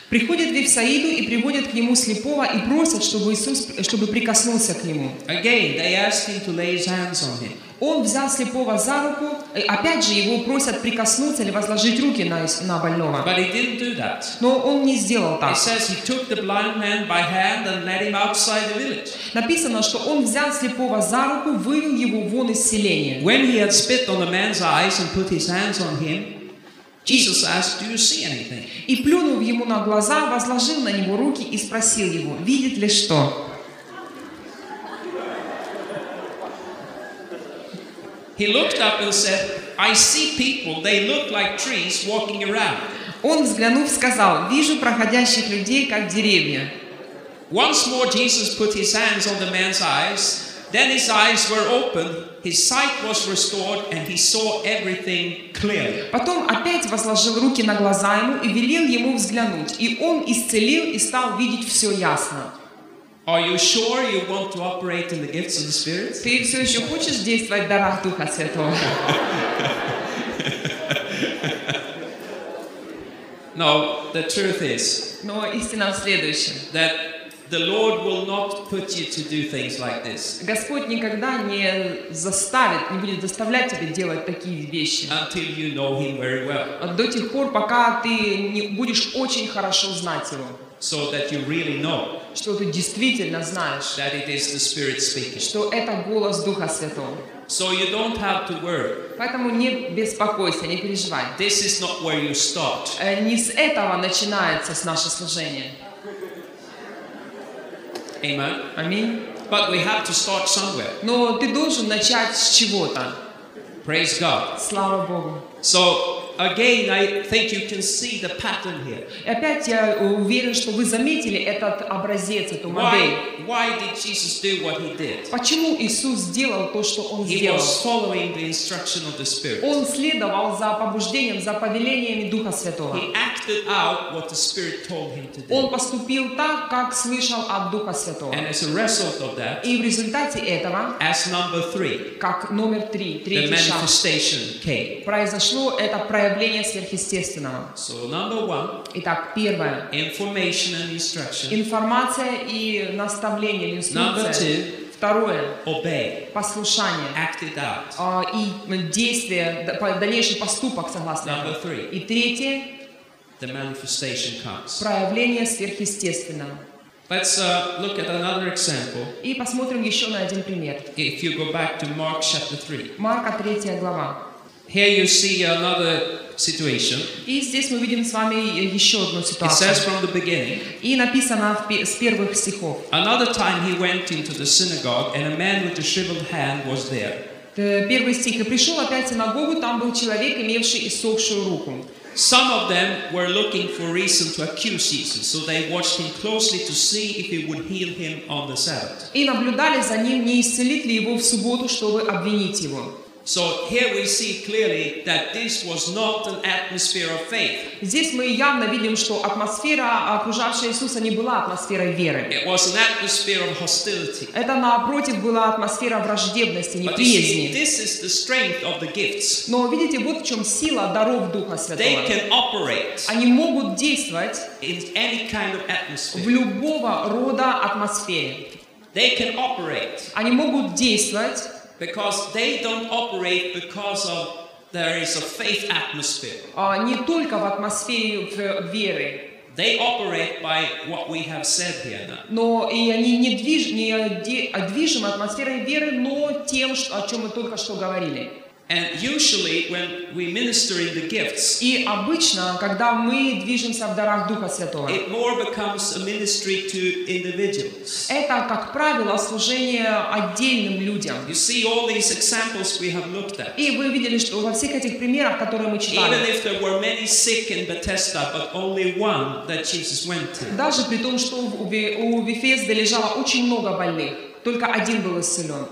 Speaker 1: Приходят в Вифсаиду и приводят к нему слепого и просят, чтобы Иисус, чтобы прикоснулся к нему.
Speaker 2: Again, they asked him to lay his hands on him.
Speaker 1: Он взял слепого за руку, и опять же его просят прикоснуться или возложить руки на, Ис- на больного.
Speaker 2: But he didn't do that.
Speaker 1: Но он не сделал так.
Speaker 2: It says he took the blind man by hand and led him outside the village.
Speaker 1: Написано, что он взял слепого за руку, вывел его вон из селения.
Speaker 2: When he had spit on the man's eyes and put his hands on him, Jesus asked, Do you see anything?
Speaker 1: И плюнув ему на глаза, возложил на него руки и спросил его, видит ли что?
Speaker 2: He looked up and said, I see people, they look like trees walking around.
Speaker 1: Он, взглянув, сказал, вижу проходящих людей, как деревья.
Speaker 2: Once more, Jesus put his hands on the man's eyes. Then his eyes were opened, his sight was restored, and he saw everything clearly.
Speaker 1: Потом опять возложил руки на глаза ему и велел ему взглянуть. И он исцелил и стал видеть все ясно.
Speaker 2: Are you sure you want to operate in the gifts of the Spirit?
Speaker 1: Ты все еще хочешь действовать в дарах Духа Святого?
Speaker 2: No, the truth is
Speaker 1: Но истина в следующем.
Speaker 2: that the Lord will not put you to do things like this
Speaker 1: Господь никогда не заставит, не будет заставлять тебя делать такие вещи. А
Speaker 2: until you know Him very well,
Speaker 1: До тех пор, пока ты не будешь очень хорошо знать Его.
Speaker 2: so that you really know
Speaker 1: Что ты действительно знаешь.
Speaker 2: that it is the Spirit speaking.
Speaker 1: Что это голос Духа Святого.
Speaker 2: So you don't have to worry.
Speaker 1: Поэтому не беспокойся, не переживай.
Speaker 2: This is not where you start.
Speaker 1: Э, Не с этого начинается с наше служение.
Speaker 2: Amen.
Speaker 1: Аминь.
Speaker 2: But we have to start somewhere.
Speaker 1: Но ты должен начать с чего-то.
Speaker 2: Praise God.
Speaker 1: Слава Богу.
Speaker 2: So again, I think you can see the pattern here.
Speaker 1: И опять я э, уверен, что вы заметили этот образец, эту модель.
Speaker 2: Why, why did Jesus do what he did?
Speaker 1: Почему Иисус сделал то, что Он
Speaker 2: He
Speaker 1: сделал?
Speaker 2: was following the instruction of the Spirit.
Speaker 1: Он следовал за побуждением, за повелениями Духа Святого.
Speaker 2: He acted out what the Spirit told him to
Speaker 1: Он
Speaker 2: do.
Speaker 1: поступил так, как слышал от Духа Святого.
Speaker 2: And as a result of that,
Speaker 1: И в результате этого,
Speaker 2: as number three,
Speaker 1: как номер три,
Speaker 2: the
Speaker 1: третий шаг,
Speaker 2: manifestation came.
Speaker 1: произошло это проявление сверхъестественного.
Speaker 2: So number one,
Speaker 1: Итак, первое.
Speaker 2: information and instruction.
Speaker 1: Информация и наставление, или
Speaker 2: Number
Speaker 1: инструкция.
Speaker 2: two,
Speaker 1: Второе.
Speaker 2: obey.
Speaker 1: Послушание.
Speaker 2: Act it out.
Speaker 1: А, И действие, д- по- дальнейший поступок, согласно.
Speaker 2: Number
Speaker 1: этому.
Speaker 2: three.
Speaker 1: И третье.
Speaker 2: The manifestation comes.
Speaker 1: Проявление сверхъестественного.
Speaker 2: Let's uh, look at another example.
Speaker 1: И посмотрим еще на один пример.
Speaker 2: If you go back to Mark chapter 3,
Speaker 1: Марка 3 глава.
Speaker 2: here you see another situation.
Speaker 1: И здесь мы видим с вами э, еще одну
Speaker 2: It says
Speaker 1: ситуацию.
Speaker 2: from the beginning
Speaker 1: И написано в пе- с первых стихов.
Speaker 2: Another time he went into the synagogue, and a man with a shriveled hand was there.
Speaker 1: Э, Первый стих. «И пришел опять в синагогу, там был человек, имевший иссохшую руку.
Speaker 2: Some of them were looking for reason to accuse Jesus, so they watched him closely to see if he would heal him on the Sabbath.
Speaker 1: И наблюдали за ним, не исцелит ли его в субботу, чтобы обвинить его».
Speaker 2: So here we see clearly that this was not an atmosphere of faith,
Speaker 1: Здесь мы явно видим, что атмосфера, окружавшая Иисуса, не была атмосферой веры.
Speaker 2: it was an atmosphere of hostility.
Speaker 1: Это, напротив, была атмосфера враждебности,
Speaker 2: But you see,
Speaker 1: неприязни.
Speaker 2: this is the strength of the gifts.
Speaker 1: Но видите, вот в чем сила даров Духа
Speaker 2: They
Speaker 1: Святого.
Speaker 2: can operate
Speaker 1: Они могут действовать
Speaker 2: in any kind of
Speaker 1: в
Speaker 2: atmosphere.
Speaker 1: любого рода атмосфере.
Speaker 2: They can operate
Speaker 1: Они могут действовать,
Speaker 2: because they don't operate because of there is a faith atmosphere.
Speaker 1: а, не только в атмосфере в- веры,
Speaker 2: They operate by what we have said here now.
Speaker 1: но и они не, движ, не де- а движимы атмосферой веры, но тем, что- о чем мы только что говорили.
Speaker 2: And usually, when we minister in the gifts,
Speaker 1: И обычно, когда мы движемся в дарах Духа Святого,
Speaker 2: it more becomes a ministry to individuals.
Speaker 1: это, как правило, служение отдельным людям.
Speaker 2: You see all these examples we have looked at.
Speaker 1: И вы видели, что во всех этих примерах, которые мы
Speaker 2: Even
Speaker 1: читали,
Speaker 2: if there were many sick in Bethesda, but only one that Jesus went to.
Speaker 1: даже при том, что у Ви- у Вифезды лежало очень много больных, только один был исцелен.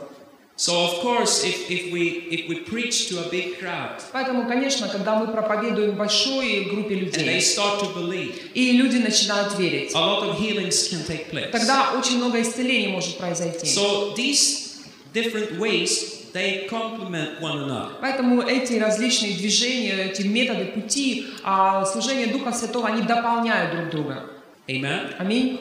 Speaker 2: So of course, if, if we if we preach to a big crowd
Speaker 1: Поэтому, конечно, когда мы проповедуем большой группе
Speaker 2: and they
Speaker 1: людей,
Speaker 2: start to believe,
Speaker 1: и люди начинают верить,
Speaker 2: a lot of healings can take place.
Speaker 1: тогда очень много исцелений может произойти.
Speaker 2: So these different ways these, they complement one another.
Speaker 1: Поэтому эти различные движения, эти методы, пути а, служения Духа Святого, они дополняют друг друга.
Speaker 2: Amen.
Speaker 1: Аминь.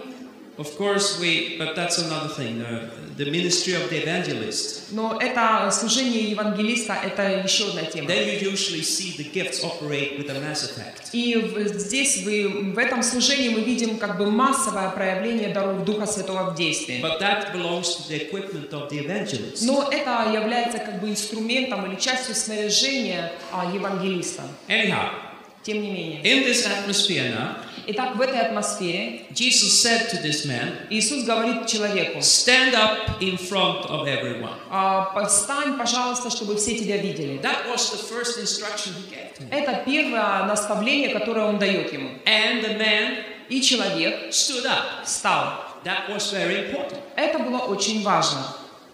Speaker 2: Of course, we, but that's another thing. Uh, the ministry of the evangelist.
Speaker 1: Но это служение евангелиста, это еще одна тема.
Speaker 2: There you usually see the gifts operate with a mass effect.
Speaker 1: И в- здесь вы, в этом служении мы видим как бы массовое проявление даров Духа Святого в действии.
Speaker 2: But that belongs to the equipment of the evangelist.
Speaker 1: Но это является как бы инструментом или частью снаряжения а, евангелиста.
Speaker 2: Anyhow,
Speaker 1: Тем не менее.
Speaker 2: in this atmosphere now,
Speaker 1: Итак, в этой атмосфере
Speaker 2: Jesus said to this man,
Speaker 1: Иисус говорит человеку,
Speaker 2: Stand up in front of everyone.
Speaker 1: «А, «Встань, пожалуйста, чтобы все тебя видели».
Speaker 2: That was the first instruction he gave to him.
Speaker 1: Это первое наставление, которое он дает ему.
Speaker 2: And the man
Speaker 1: И человек
Speaker 2: stood up.
Speaker 1: встал.
Speaker 2: That was very important.
Speaker 1: Это было очень важно.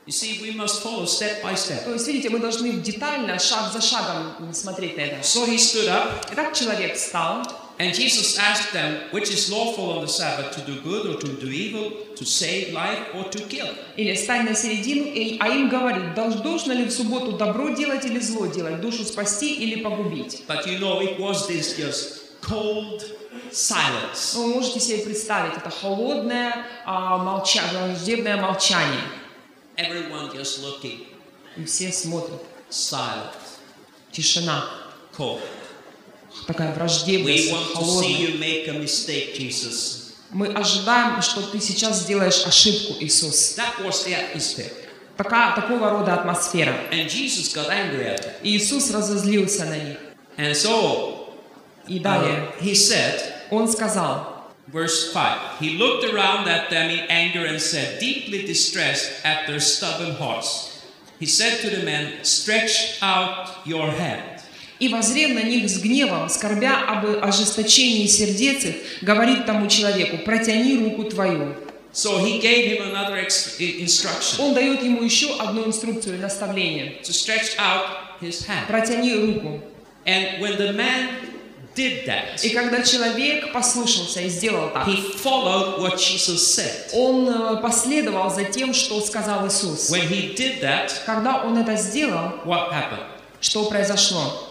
Speaker 2: You see, we must follow step by step.
Speaker 1: То есть, видите, мы должны детально, шаг за шагом смотреть на это.
Speaker 2: So he stood up,
Speaker 1: Итак, человек встал,
Speaker 2: and Jesus asked them, Which is lawful on the Sabbath, to do good or to do evil, to save life or to kill?
Speaker 1: или стань на середину, и- а им говорит, «Долж- должно ли в субботу добро делать или зло делать, душу спасти или погубить.
Speaker 2: But you know, it was this just cold silence.
Speaker 1: Вы можете себе представить, это холодное, а, молча- враждебное молчание.
Speaker 2: Everyone just looking,
Speaker 1: И все смотрят.
Speaker 2: silent,
Speaker 1: Тишина.
Speaker 2: cold.
Speaker 1: Такая
Speaker 2: We
Speaker 1: враждебность,
Speaker 2: want to see
Speaker 1: холодная.
Speaker 2: you make a mistake, Jesus.
Speaker 1: Мы ожидаем, что ты сейчас сделаешь ошибку, Иисус.
Speaker 2: That was the atmosphere.
Speaker 1: Такая, такого рода атмосфера.
Speaker 2: And Jesus got angry at them.
Speaker 1: И Иисус разозлился на них.
Speaker 2: And so
Speaker 1: И
Speaker 2: uh,
Speaker 1: далее
Speaker 2: he said,
Speaker 1: он сказал,
Speaker 2: Verse 5 He looked around at them in anger and said, Deeply distressed at their stubborn hearts, he said to the men, Stretch out your hand.
Speaker 1: «И возрев на них с гневом, скорбя об ожесточении сердец их, говорит тому человеку, протяни руку твою».
Speaker 2: So he gave him another ex- i- instruction
Speaker 1: Он дает ему еще одну инструкцию, наставление.
Speaker 2: to stretch out his hand.
Speaker 1: «Протяни руку».
Speaker 2: And when the man did that,
Speaker 1: И когда человек послушался и сделал так,
Speaker 2: he followed what Jesus said.
Speaker 1: он э, последовал за тем, что сказал Иисус.
Speaker 2: When he did that,
Speaker 1: Когда он это сделал,
Speaker 2: what happened?
Speaker 1: что произошло?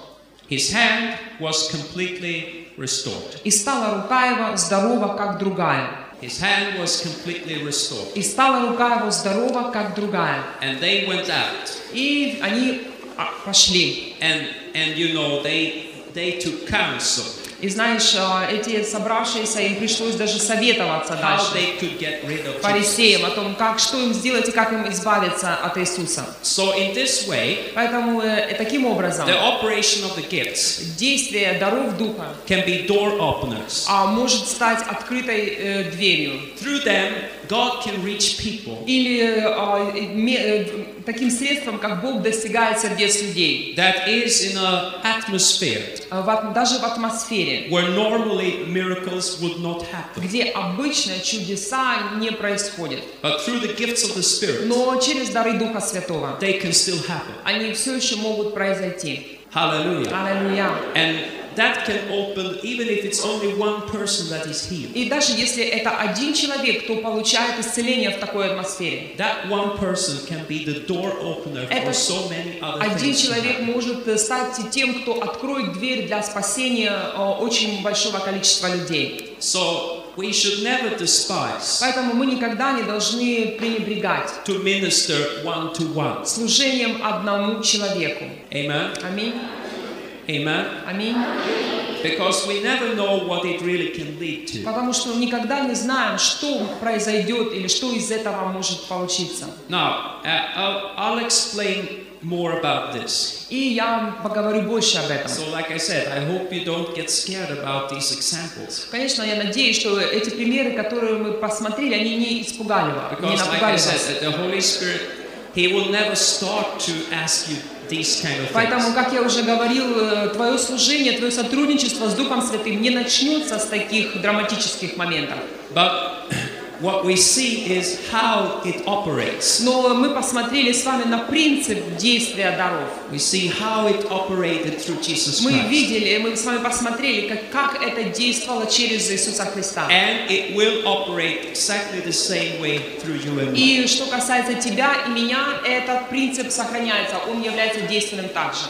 Speaker 2: His hand was completely restored.
Speaker 1: «И стала рука его здорова, как другая».
Speaker 2: His hand was completely restored.
Speaker 1: «И стала рука его здорова, как другая».
Speaker 2: And they went out
Speaker 1: И они а, пошли.
Speaker 2: And and you know they they took counsel
Speaker 1: И знаешь, а, эти собравшиеся, им пришлось даже советоваться
Speaker 2: how
Speaker 1: дальше
Speaker 2: they could get rid of Jesus.
Speaker 1: фарисеям о том, как, что им сделать и как им избавиться от Иисуса.
Speaker 2: So in this way,
Speaker 1: Поэтому э, таким образом
Speaker 2: the operation of the gifts
Speaker 1: действие даров Духа
Speaker 2: can be door openers.
Speaker 1: а, может стать открытой э, дверью.
Speaker 2: Through them, God can reach people
Speaker 1: Или а, э, ме- э, таким средством, как Бог достигает сердец людей.
Speaker 2: that is in a atmosphere
Speaker 1: А, в ат- даже в атмосфере,
Speaker 2: where normally miracles would not happen.
Speaker 1: где обычно чудеса не происходят.
Speaker 2: But through the gifts of the Spirit,
Speaker 1: Но через дары Духа Святого
Speaker 2: they can still happen.
Speaker 1: они все еще могут произойти.
Speaker 2: Hallelujah.
Speaker 1: Аллилуйя.
Speaker 2: And that can open even if it's only one person that is healed.
Speaker 1: И даже если это один человек, кто получает исцеление в такой атмосфере,
Speaker 2: That one person can be the door opener for
Speaker 1: Этот
Speaker 2: so many other
Speaker 1: один
Speaker 2: things. to
Speaker 1: человек
Speaker 2: happen.
Speaker 1: может э, стать тем, кто откроет дверь для спасения э, очень большого количества людей.
Speaker 2: So we should never despise
Speaker 1: Поэтому мы никогда не должны пренебрегать
Speaker 2: to minister one to one.
Speaker 1: служением одному человеку.
Speaker 2: Amen.
Speaker 1: Аминь.
Speaker 2: Amen.
Speaker 1: Аминь.
Speaker 2: Because we never know what it really can lead to.
Speaker 1: Потому что никогда не знаем, что произойдет или что из этого может получиться.
Speaker 2: Now, uh, I'll, I'll explain more about this.
Speaker 1: И я вам поговорю больше об этом.
Speaker 2: So, like I said, I hope you don't get scared about these examples.
Speaker 1: Конечно, я надеюсь, что эти примеры, которые мы посмотрели, они не испугали вас, не
Speaker 2: Because, like I
Speaker 1: напугали вас.
Speaker 2: said, the Holy Spirit, He will never start to ask you these kind of things.
Speaker 1: Поэтому, как я уже говорил, э, твое служение, твое сотрудничество с Духом Святым не начнется с таких драматических моментов.
Speaker 2: But what we see is how it operates.
Speaker 1: Но мы посмотрели с вами на принцип действия даров.
Speaker 2: We see how it operated through Jesus
Speaker 1: Мы
Speaker 2: Christ.
Speaker 1: видели, мы с вами посмотрели, как, как это действовало через Иисуса Христа.
Speaker 2: And it will operate exactly the same way through you and me.
Speaker 1: И что касается тебя и меня, этот принцип сохраняется, он является действенным также.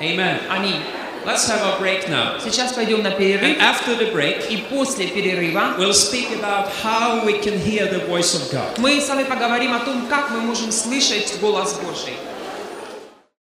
Speaker 2: Amen.
Speaker 1: Аминь.
Speaker 2: Let's have a break now.
Speaker 1: Сейчас пойдем на
Speaker 2: And
Speaker 1: перерыв,
Speaker 2: after the break,
Speaker 1: и после перерыва
Speaker 2: we'll speak about how we can hear the voice of God.
Speaker 1: мы с вами поговорим о том, как мы можем слышать голос Божий.